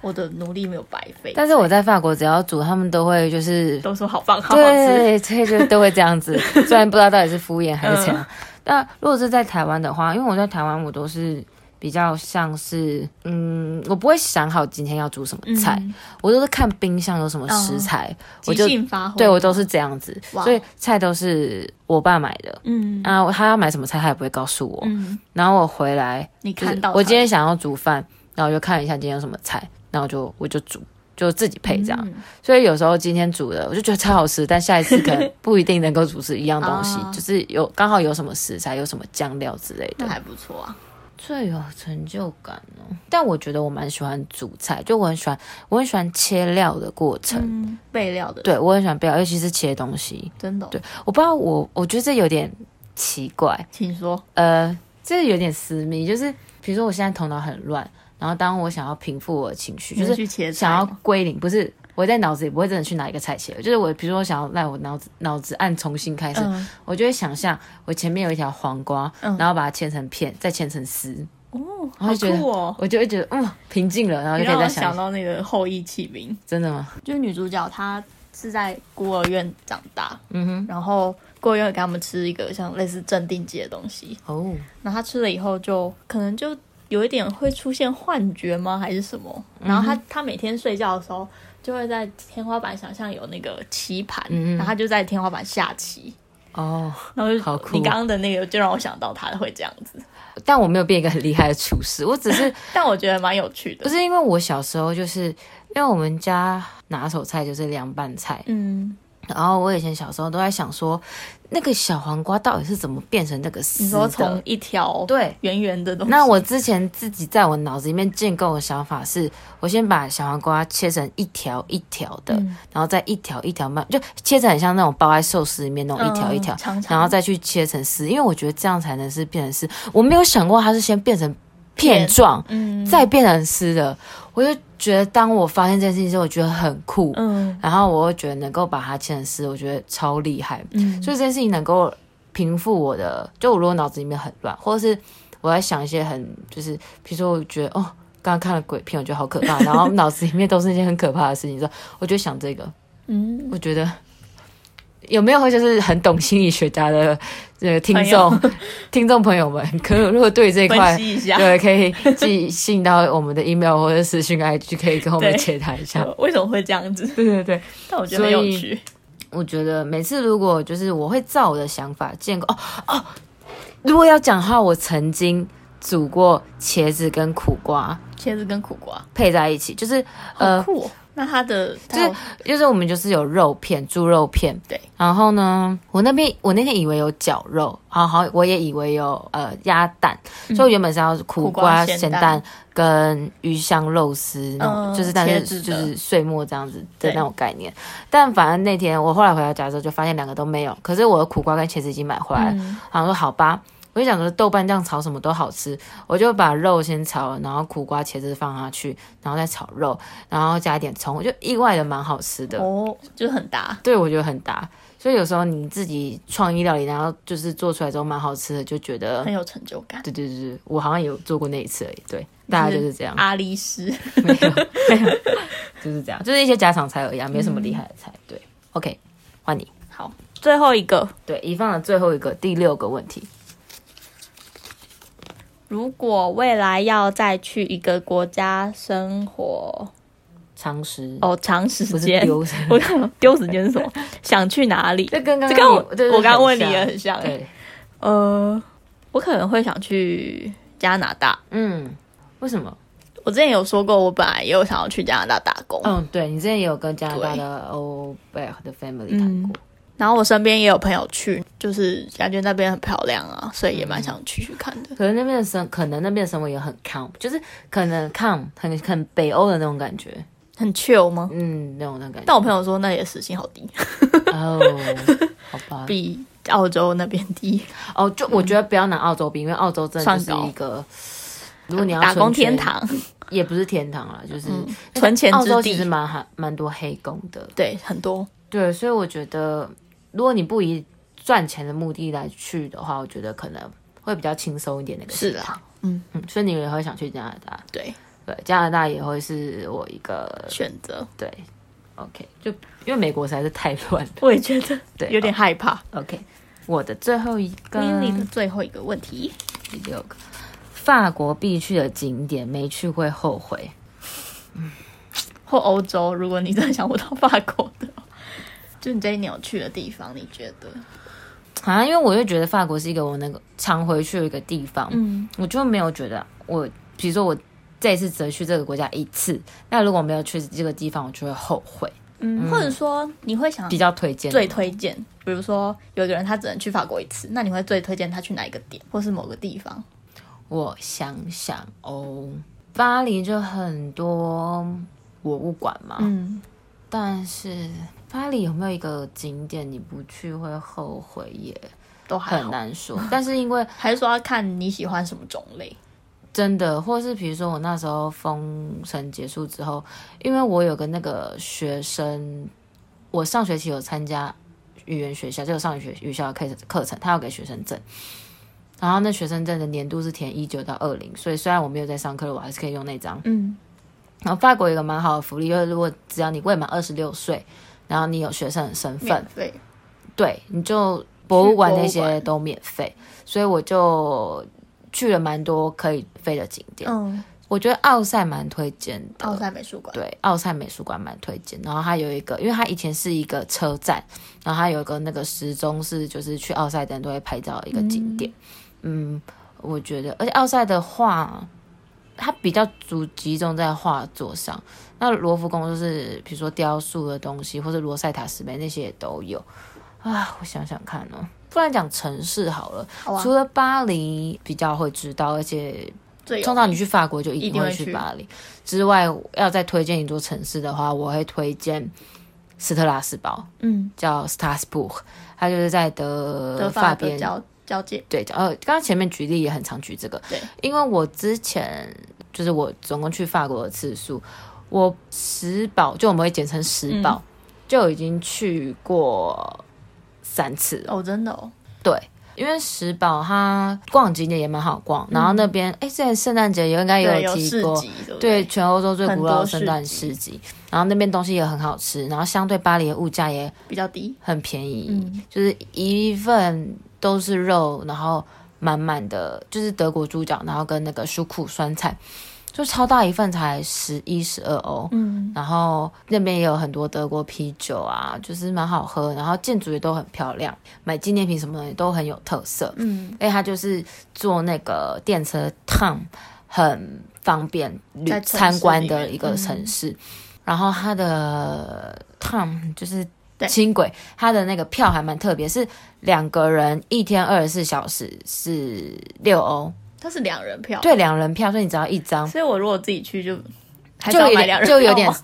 Speaker 3: 我的努力没有白费。
Speaker 2: 但是我在法国只要煮，他们都会就是
Speaker 3: 都说好棒，好好吃。
Speaker 2: 对，所以就都会这样 子。虽然不知道到底是敷衍还
Speaker 3: 嗯
Speaker 2: 是怎样。那如果是在台湾的话，因为我在台湾我都是比较像是嗯，我不会想好今天要煮什么菜，
Speaker 3: 嗯
Speaker 2: 我都是看冰箱有什么食
Speaker 3: 哦
Speaker 2: 材，我
Speaker 3: 即
Speaker 2: 就
Speaker 3: 兴发挥。
Speaker 2: 对我都是这样子，
Speaker 3: 哇
Speaker 2: 所以菜都是我爸买的。
Speaker 3: 嗯
Speaker 2: 啊，他要买什么菜，他也不会告诉我。
Speaker 3: 嗯，
Speaker 2: 然后我回来，
Speaker 3: 你
Speaker 2: 就是
Speaker 3: 看到
Speaker 2: 我今天
Speaker 3: 才
Speaker 2: 想要煮饭，然后我就看一下今天有什么菜，然后我就我就煮，就自己配这样。
Speaker 3: 嗯
Speaker 2: 所以有时候今天煮的我就觉得超好吃，但下一次可能不一定能够煮出一样东 西，
Speaker 3: 啊
Speaker 2: 就是有刚好有什么食材、有什么酱料之类的
Speaker 3: 那。还不错啊。
Speaker 2: 最有成就感哦！但我觉得我蛮喜欢煮菜，就我很喜欢，我很喜欢切料的过程。
Speaker 3: 嗯，备料的，，
Speaker 2: 对我很喜欢备料，尤其是切东西。
Speaker 3: 真的哦。
Speaker 2: 对我不知道我，我觉得这有点奇怪，
Speaker 3: 请说。
Speaker 2: 呃，这有点私密，就是比如说我现在头脑很乱，然后当我想要平复我的情绪，
Speaker 3: 你
Speaker 2: 就是
Speaker 3: 去切菜
Speaker 2: 想要
Speaker 3: 吗
Speaker 2: 归零，不是我在脑子里不会真的去拿一个菜切，就是我比如说我想要让我脑子脑子按重新开始，
Speaker 3: 嗯
Speaker 2: 我就会想象我前面有一条黄瓜，
Speaker 3: 嗯
Speaker 2: 然后把它切成片，再切成丝，
Speaker 3: 哦，
Speaker 2: 然后
Speaker 3: 好
Speaker 2: 就觉得、
Speaker 3: 酷哦！
Speaker 2: 我就会觉得嗯平静了，然后
Speaker 3: 你
Speaker 2: 就可
Speaker 3: 让
Speaker 2: 以
Speaker 3: 我
Speaker 2: 再想
Speaker 3: 想
Speaker 2: 一
Speaker 3: 到那个后羿弃兵。
Speaker 2: 真的吗？
Speaker 3: 就是女主角她是在孤儿院长大，
Speaker 2: 嗯哼，
Speaker 3: 然后孤儿院有给他们吃一个像类似镇定剂的东西，
Speaker 2: 哦，
Speaker 3: 然后她吃了以后就可能就有一点会出现幻觉吗？还是什么？然后她、
Speaker 2: 嗯
Speaker 3: 她每天睡觉的时候就会在天花板想象有那个棋盘，
Speaker 2: 嗯嗯
Speaker 3: 然后她就在天花板下棋。
Speaker 2: 哦，
Speaker 3: 然后就
Speaker 2: 好酷
Speaker 3: 你刚刚的那个就让我想到她会这样子，
Speaker 2: 但我没有变一个很厉害的厨师，我只是
Speaker 3: 但我觉得蛮有趣
Speaker 2: 不
Speaker 3: 的。
Speaker 2: 是因为我小时候就是因为我们家拿手菜就是凉拌菜，
Speaker 3: 嗯，
Speaker 2: 然后我以前小时候都在想说，那个小黄瓜到底是怎么变成那个丝的？
Speaker 3: 你说从一条
Speaker 2: 对。
Speaker 3: 圆圆的东西，
Speaker 2: 那我之前自己在我脑子里面建构的想法是，我先把小黄瓜切成一条一条的，
Speaker 3: 嗯
Speaker 2: 然后再一条一条慢，就切成很像那种包在寿司里面那种一条一条，
Speaker 3: 嗯长长
Speaker 2: 然后再去切成丝，因为我觉得这样才能是变成丝。我没有想过它是先变成片
Speaker 3: 片
Speaker 2: 状，
Speaker 3: 嗯
Speaker 2: 再变成丝的。我就觉得，当我发现这件事情之后，我觉得很酷，
Speaker 3: 嗯
Speaker 2: 然后我又觉得能够把它切成丝，我觉得超厉害。
Speaker 3: 嗯，
Speaker 2: 所以这件事情能够平复我的，就我如果脑子里面很乱，或者是我在想一些很就是，比如说我觉得哦，刚刚看了鬼片，我觉得好可怕，然后脑子里面都是一些很可怕的事情，之后我就想这个，
Speaker 3: 嗯。
Speaker 2: 我觉得。有没有就是很懂心理学家的这个听众 听众朋友们，可能如果对这一块
Speaker 3: 分析一下，
Speaker 2: 对可以寄信到我们的 email 或者私讯 IG，可以跟我们
Speaker 3: 对
Speaker 2: 解答一下。
Speaker 3: 呃 为什么会这样 子？
Speaker 2: 对对对，
Speaker 3: 但我觉得很有趣。
Speaker 2: 我觉得每次如果就是我会照我的想法建构哦哦，如果要讲的话，我曾经煮过茄子跟苦瓜
Speaker 3: 茄子跟苦瓜，
Speaker 2: 配在一起，就是
Speaker 3: 好
Speaker 2: 呃，
Speaker 3: 酷、哦。那它的
Speaker 2: 就是
Speaker 3: 它有
Speaker 2: 就是我们就是有肉片，猪肉片，
Speaker 3: 对。
Speaker 2: 然后呢，我那边我那天以为有绞肉，好好，我也以为有呃鸭蛋，所以我原本是要苦
Speaker 3: 嗯苦瓜
Speaker 2: 瓜、
Speaker 3: 咸
Speaker 2: 咸
Speaker 3: 蛋
Speaker 2: 蛋跟鱼香肉丝那种，
Speaker 3: 嗯
Speaker 2: 就是但
Speaker 3: 茄
Speaker 2: 是
Speaker 3: 子
Speaker 2: 就
Speaker 3: 的
Speaker 2: 是碎末这样子的
Speaker 3: 对
Speaker 2: 那种概念。但反正那天我后来回到家之后，就发现两个都没有，可是我的苦瓜跟茄子已经买回来了，
Speaker 3: 嗯
Speaker 2: 然后说好吧。我我就想说豆瓣酱炒什么都好吃，我就把肉先炒了，然后苦瓜、茄子放下去，然后再炒肉，然后加一点葱，我就意外的蛮好吃的。
Speaker 3: 哦，就很搭。
Speaker 2: 对，我觉得很搭。所以有时候你自己创意料理，然后就是做出来之后蛮好吃的，就觉得
Speaker 3: 很有成就感，
Speaker 2: 对对对，对我好像有做过那一次而已。对，
Speaker 3: 嗯
Speaker 2: 大概就是这样，
Speaker 3: 阿里斯，
Speaker 2: 没有，没有，就是这样，就是一些家常菜而已、啊，没什么厉害的菜。对，OK，换你。
Speaker 3: 好，最后一个，
Speaker 2: 对，一放的最后一个第六个问题，
Speaker 3: 如果未来要再去一个国家生活，
Speaker 2: 常识，
Speaker 3: 哦，长时
Speaker 2: 不是
Speaker 3: 间，
Speaker 2: 丢失，
Speaker 3: 我看丢时间是什么？想去哪里？
Speaker 2: 这跟刚
Speaker 3: 这
Speaker 2: 刚
Speaker 3: 跟我
Speaker 2: 你对对
Speaker 3: 我刚刚问你
Speaker 2: 像
Speaker 3: 也很像。
Speaker 2: 对，
Speaker 3: 呃，我可能会想去加拿大。
Speaker 2: 嗯，为什么？
Speaker 3: 我之前有说过，我本来也有想要去加拿大打工，
Speaker 2: 嗯，对你之前也有跟加拿大的欧贝尔
Speaker 3: 嗯
Speaker 2: 的 family 谈过，
Speaker 3: 然后我身边也有朋友去，就是感觉那边很漂亮啊，所以也蛮想去去看的。
Speaker 2: 可能那边的生，可能那边的生活也很 calm，就是可能 calm 很很北欧的那种感觉，
Speaker 3: 很 chill 吗？
Speaker 2: 嗯，那种那种感觉。
Speaker 3: 但我朋友说那里的时薪好低，
Speaker 2: 哦，好吧，
Speaker 3: 比澳洲那边低，
Speaker 2: 哦，就我觉得不要拿澳洲比，因为澳洲真的就
Speaker 3: 算
Speaker 2: 是
Speaker 3: 高
Speaker 2: 一个，如果你要
Speaker 3: 打
Speaker 2: 存
Speaker 3: 工
Speaker 2: 钱
Speaker 3: 天，堂，
Speaker 2: 也不是天堂啦，就是
Speaker 3: 嗯存钱
Speaker 2: 澳
Speaker 3: 之
Speaker 2: 洲其实
Speaker 3: 地。
Speaker 2: 蛮还蛮多黑工的，
Speaker 3: 对，很多
Speaker 2: 对，所以我觉得如果你不以赚钱的目的来去的话，我觉得可能会比较轻松一点那个
Speaker 3: 是
Speaker 2: 心态
Speaker 3: 啦，嗯，
Speaker 2: 嗯，所以你也会想去加拿大，
Speaker 3: 对，
Speaker 2: 对，加拿大也会是我一个
Speaker 3: 选择
Speaker 2: 对，OK，就因为美国实在是太乱了，
Speaker 3: 我也觉得啊
Speaker 2: 对，
Speaker 3: 有点害怕。
Speaker 2: OK。我的最后一个
Speaker 3: w i 的最后一个问题，
Speaker 2: 第六个，法国必去的景点，没去会后悔。
Speaker 3: 或欧洲，如果你真的想不到法国的话，就你这一年有去的地方，你觉得？
Speaker 2: 啊，因为我就觉得法国是一个我能够常回去的一个地方，
Speaker 3: 嗯，
Speaker 2: 我就没有觉得我，比如说我这一次只去这个国家一次，那如果没有去这个地方，我就会后悔。
Speaker 3: 嗯，或者说你会想
Speaker 2: 比较推荐
Speaker 3: 嗯最推荐，比如说有一个人他只能去法国一次，那你会最推荐他去哪一个点，或是某个地方？
Speaker 2: 我想想哦，巴黎就很多博物馆嘛，
Speaker 3: 嗯，
Speaker 2: 但是巴黎有没有一个景点你不去会后悔也
Speaker 3: 都还
Speaker 2: 很
Speaker 3: 好。
Speaker 2: 难说。但是因为
Speaker 3: 还是说要看你喜欢什么种类？
Speaker 2: 真的，或是比如说我那时候封城结束之后，因为我有个那个学生，我上学期有参加语言学校，就有上语学语校的课课程，他有给学生证。然后那学生证的年度是填一九到二零，所以虽然我没有在上课了，我还是可以用那张。
Speaker 3: 嗯，
Speaker 2: 然后法国有一个蛮好的福利，就是如果只要你未满二十六岁，然后你有学生的身份
Speaker 3: 免，费。
Speaker 2: 对，你就博物馆那
Speaker 3: 去博物
Speaker 2: 些
Speaker 3: 馆
Speaker 2: 都免费，所以我就去了蛮多可以飞的景点。
Speaker 3: 嗯，
Speaker 2: 我觉得奥赛蛮推荐的，
Speaker 3: 奥赛美术馆。
Speaker 2: 对奥赛美术馆蛮推荐。然后它有一个，因为它以前是一个车站，然后它有一个那个时钟是就是去奥赛的人都会拍照的一个景点。嗯我觉得，而且奥赛的画，它比较主集中在画作上。那罗浮宫就是比如说雕塑的东西，或者罗塞塔石碑那些也都有。啊，我想想看哦，不然讲城市好了，
Speaker 3: 好啊
Speaker 2: 除，了巴黎比较会知道，而且
Speaker 3: 最有
Speaker 2: 通常你去法国就一
Speaker 3: 一
Speaker 2: 定
Speaker 3: 定
Speaker 2: 会
Speaker 3: 会
Speaker 2: 去
Speaker 3: 去
Speaker 2: 巴黎。之外，要再推荐一座城市的话，我会推荐斯特拉斯堡，
Speaker 3: 嗯，
Speaker 2: 叫 Strasbourg，它就是在德
Speaker 3: 德
Speaker 2: 法
Speaker 3: 法的
Speaker 2: 边。
Speaker 3: 交交界。
Speaker 2: 对，呃，刚刚前面举例也很常举这个，
Speaker 3: 对，
Speaker 2: 因为我之前就是我总共去法国的次数，我十宝就我们会简称
Speaker 3: 嗯
Speaker 2: 十宝，就已经去过三次了。
Speaker 3: 哦，真的哦，
Speaker 2: 对，因为石堡它逛景点也蛮好逛，然后那边哎，之前圣诞节也应该也
Speaker 3: 嗯对，有
Speaker 2: 提
Speaker 3: 市
Speaker 2: 过，
Speaker 3: 集，对不
Speaker 2: 对，
Speaker 3: 对？
Speaker 2: 全欧洲最古老的圣诞
Speaker 3: 很多市
Speaker 2: 市集，然后那边东西也很好吃，然后相对巴黎的物价也
Speaker 3: 比较低。
Speaker 2: 很便宜，
Speaker 3: 嗯
Speaker 2: 就是一份都是肉，然后满满的就是德国猪脚，然后跟那个舒库酸菜，就超大一份才十一十二欧，
Speaker 3: 嗯，
Speaker 2: 然后那边也有很多德国啤酒啊，就是蛮好喝，然后建筑也都很漂亮，买纪念品什么的也都很有特色。
Speaker 3: 嗯，
Speaker 2: 哎，它就是坐那个电车趟，很方便旅
Speaker 3: 在城市里面
Speaker 2: 参观的一个城市。然后它的趟就是
Speaker 3: 对
Speaker 2: 轻轨，它的那个票还蛮特别，是两个人一天二十四小时是六欧，
Speaker 3: 它是两人票。
Speaker 2: 对，两人票，所以你只要一张。
Speaker 3: 所以我如果自己去就还
Speaker 2: 就
Speaker 3: 是要
Speaker 2: 有
Speaker 3: 买两
Speaker 2: 点
Speaker 3: 人
Speaker 2: 就有点
Speaker 3: 票，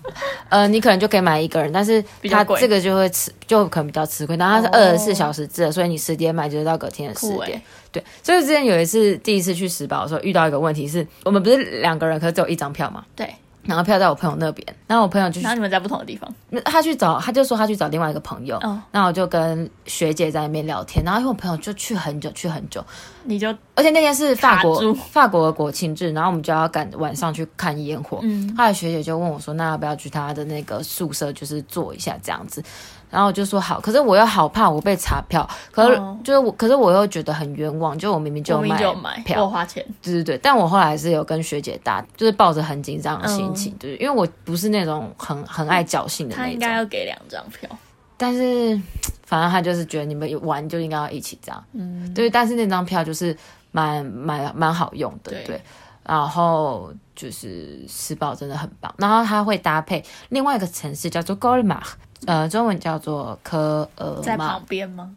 Speaker 2: 呃，你可能就可以买一个人，但是
Speaker 3: 比较
Speaker 2: 它
Speaker 3: 贵
Speaker 2: 这个就会吃，就可能比较吃亏。然后它是二
Speaker 3: 哦
Speaker 2: 十四小时制的，所以你十点买就是到隔天的十
Speaker 3: 酷
Speaker 2: 点
Speaker 3: 欸。
Speaker 2: 对，所以之前有一次第一次去石堡的时候，遇到一个问题是，我们不是两个人，可是只有一张票嘛，
Speaker 3: 对，
Speaker 2: 然后票在我朋友那边，然后我朋友就去
Speaker 3: 然后你们在不同的地方，
Speaker 2: 那他去找，他就说他去找另外一个朋友，
Speaker 3: 嗯
Speaker 2: 然后我就跟学姐在那边聊天，然后因为我朋友就去很久，去很久，
Speaker 3: 你就
Speaker 2: 而且那天是法
Speaker 3: 卡
Speaker 2: 国
Speaker 3: 住
Speaker 2: 法国的国庆日，然后我们就要赶晚上去看烟火。嗯，后来学姐就问我说：“那要不要去她的那个宿舍，就是坐一下这样子？”然后我就说好，可是我又好怕我被查票，可是、
Speaker 3: 哦
Speaker 2: 就是我，可是我又觉得很冤枉，就我明明就
Speaker 3: 我明
Speaker 2: 买
Speaker 3: 明就有买，我
Speaker 2: 票
Speaker 3: 有，花钱，
Speaker 2: 对对对，但我后来是有跟学姐搭，就是抱着很紧张的心情，就是因为我不是那种很很爱侥幸的那
Speaker 3: 嗯他
Speaker 2: 种，
Speaker 3: 应该要给两张票，
Speaker 2: 但是反正他就是觉得你们有玩就应该要一起这样，嗯，对。但是那张票就是蛮蛮蛮好用的，对。
Speaker 3: 对
Speaker 2: 然后就是时报真的很棒，然后它会搭配另外一个城市叫做 g o l m a 呃，中文叫做科尔
Speaker 3: 在
Speaker 2: 玛
Speaker 3: 旁，边吗？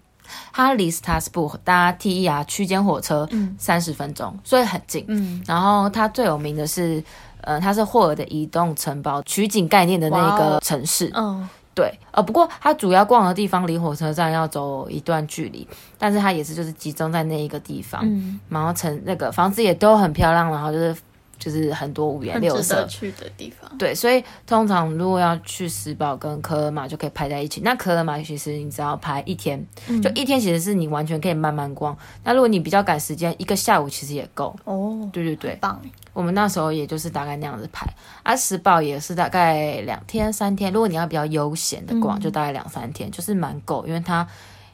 Speaker 2: 它离 Strasbourg 搭 TER E 区间火车三十分钟，所以很近。
Speaker 3: 嗯，
Speaker 2: 然后它最有名的是，呃，它是霍尔的移动城堡取景概念的那
Speaker 3: 哇
Speaker 2: 个
Speaker 3: 哦
Speaker 2: 城市，
Speaker 3: 嗯，
Speaker 2: 对，呃，不过它主要逛的地方离火车站要走一段距离，但是它也是就是集中在那一个地方，
Speaker 3: 嗯
Speaker 2: 然后城那个房子也都很漂亮，然后就是就是很多五颜
Speaker 3: 很
Speaker 2: 六
Speaker 3: 值
Speaker 2: 色
Speaker 3: 得，去的地方，
Speaker 2: 对，所以通常如果要去石堡跟科尔玛就可以排在一起。那科尔玛其实你只要排一天，
Speaker 3: 嗯
Speaker 2: 就一天其实是你完全可以慢慢逛。那如果你比较赶时间，一个下午其实也够。
Speaker 3: 哦，
Speaker 2: 对对对，
Speaker 3: 棒耶，
Speaker 2: 我们那时候也就是大概那样子排，啊，石堡也是大概两天三天，如果你要比较悠闲的逛，就大概两三天，就是蛮够，因为它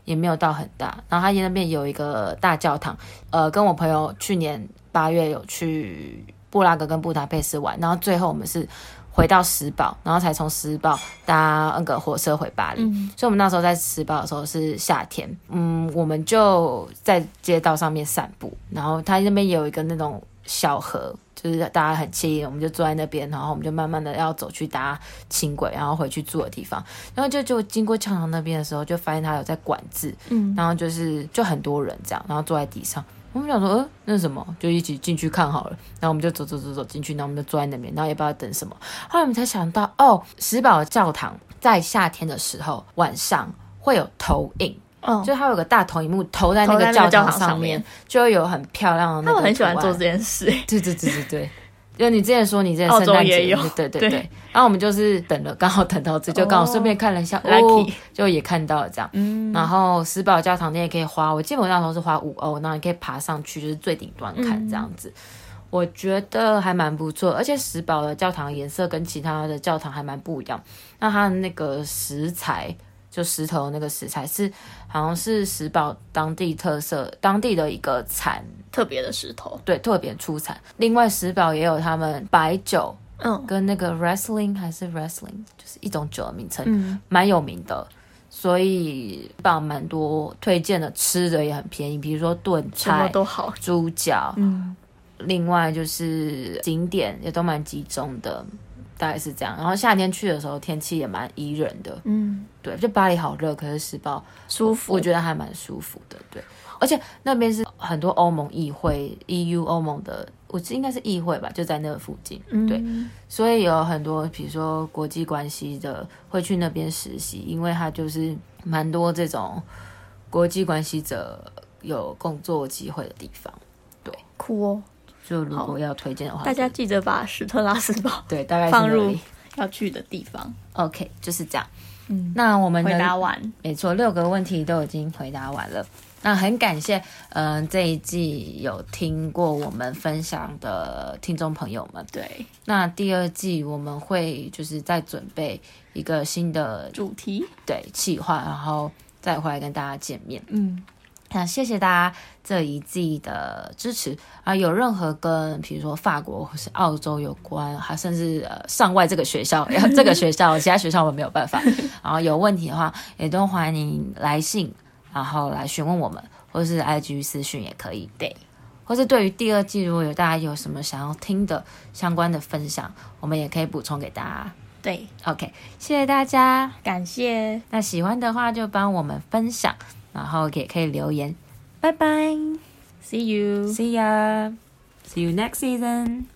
Speaker 2: 也没有到很大。然后它那边有一个大教堂，呃，跟我朋友去年八月有去布拉格跟布达佩斯玩，然后最后我们是回到石堡，然后才从石堡搭那个火车回巴黎。
Speaker 3: 嗯
Speaker 2: 所以我们那时候在石堡的时候是夏天，嗯，我们就在街道上面散步，然后它那边也有一个那种小河，就是大家很惬意，我们就坐在那边，然后我们就慢慢的要走去搭轻轨，然后回去住的地方，然后就就经过教堂那边的时候，就发现它有在管制，
Speaker 3: 嗯，
Speaker 2: 然后就是就很多人这样，然后坐在地上。我们想说，呃，那是什么，就一起进去看好了。然后我们就走走走走进去，然后我们就坐在那边，然后也不知道等什么。后来我们才想到，哦，石堡教堂在夏天的时候晚上会有投影，
Speaker 3: 哦，
Speaker 2: 就是它有个大投影幕投在那
Speaker 3: 投
Speaker 2: 个
Speaker 3: 在那个教
Speaker 2: 堂
Speaker 3: 堂
Speaker 2: 上
Speaker 3: 上面
Speaker 2: 就会有很漂亮的那
Speaker 3: 他
Speaker 2: 个。
Speaker 3: 们很喜欢做这。件事，
Speaker 2: 对对对对对。就你之前说你之前圣
Speaker 3: 澳洲
Speaker 2: 诞节
Speaker 3: 也有
Speaker 2: 对对对，
Speaker 3: 对
Speaker 2: 然后我们就是等了，刚好等到这，就刚好顺便看了一下，哦
Speaker 3: Lucky
Speaker 2: 就也看到了这样。
Speaker 3: 嗯
Speaker 2: 然后石堡教堂那也可以花，我记得我那时候是花五欧，然后你可以爬上去，就是最顶端看这样
Speaker 3: 嗯
Speaker 2: 子。我觉得还蛮不错，而且石堡的教堂颜色跟其他的教堂还蛮不一样。那它的那个石材，就石头那个石材是好像是石堡当地特色，当地的一个产，
Speaker 3: 特别的石头，
Speaker 2: 对，特别出产。另外，石堡也有他们白酒
Speaker 3: 嗯，
Speaker 2: 跟那个 wrestling 还是 wrestling，就是一种酒的名称，
Speaker 3: 嗯
Speaker 2: 蛮有名的，所以把蛮多推荐的吃的也很便宜，比如说炖
Speaker 3: 什么
Speaker 2: 菜、
Speaker 3: 都好，
Speaker 2: 猪脚，
Speaker 3: 嗯，
Speaker 2: 另外就是景点也都蛮集中的，大概是这样。然后夏天去的时候天气也蛮宜人的，
Speaker 3: 嗯，
Speaker 2: 对，就巴黎好热，可是石堡
Speaker 3: 舒服，
Speaker 2: 我觉得还蛮舒服的，对。而且那边是很多欧盟议会 EU 欧盟的，我记得应该是议会吧，就在那附近，对。
Speaker 3: 嗯
Speaker 2: 所以有很多，比如说国际关系的会去那边实习，因为他就是蛮多这种国际关系者有工作机会的地方。
Speaker 3: 酷哦，
Speaker 2: 就如果要推荐的话，
Speaker 3: 大家记得把史特拉斯堡
Speaker 2: 对大概是
Speaker 3: 放
Speaker 2: 那
Speaker 3: 入
Speaker 2: 里
Speaker 3: 要去的地方。
Speaker 2: OK，就是这样。
Speaker 3: 嗯
Speaker 2: 那我们
Speaker 3: 回
Speaker 2: 的
Speaker 3: 答完，
Speaker 2: 没错，六个问题都已经回答完了。那很感谢，嗯、这一季有听过我们分享的听众朋友们。
Speaker 3: 对
Speaker 2: 那第二季我们会就是再准备一个新的
Speaker 3: 主题，
Speaker 2: 对企划，然后再回来跟大家见面。
Speaker 3: 嗯，
Speaker 2: 那谢谢大家这一季的支持啊！有任何跟比如说法国或是澳洲有关，还甚至呃上外这个学校，然后这个学校其他学校我们没有办法。然后有问题的话，也都欢迎来信，然后来询问我们，或是 IG 私讯也可以。
Speaker 3: 对，
Speaker 2: 或是对于第二季，如果有大家有什么想要听的相关的分享，我们也可以补充给大家。
Speaker 3: 对，
Speaker 2: OK，谢谢大家。
Speaker 3: 感谢，
Speaker 2: 那喜欢的话就帮我们分享，然后也可以留言。拜拜。
Speaker 3: ，See you。
Speaker 2: See ya. See you next season.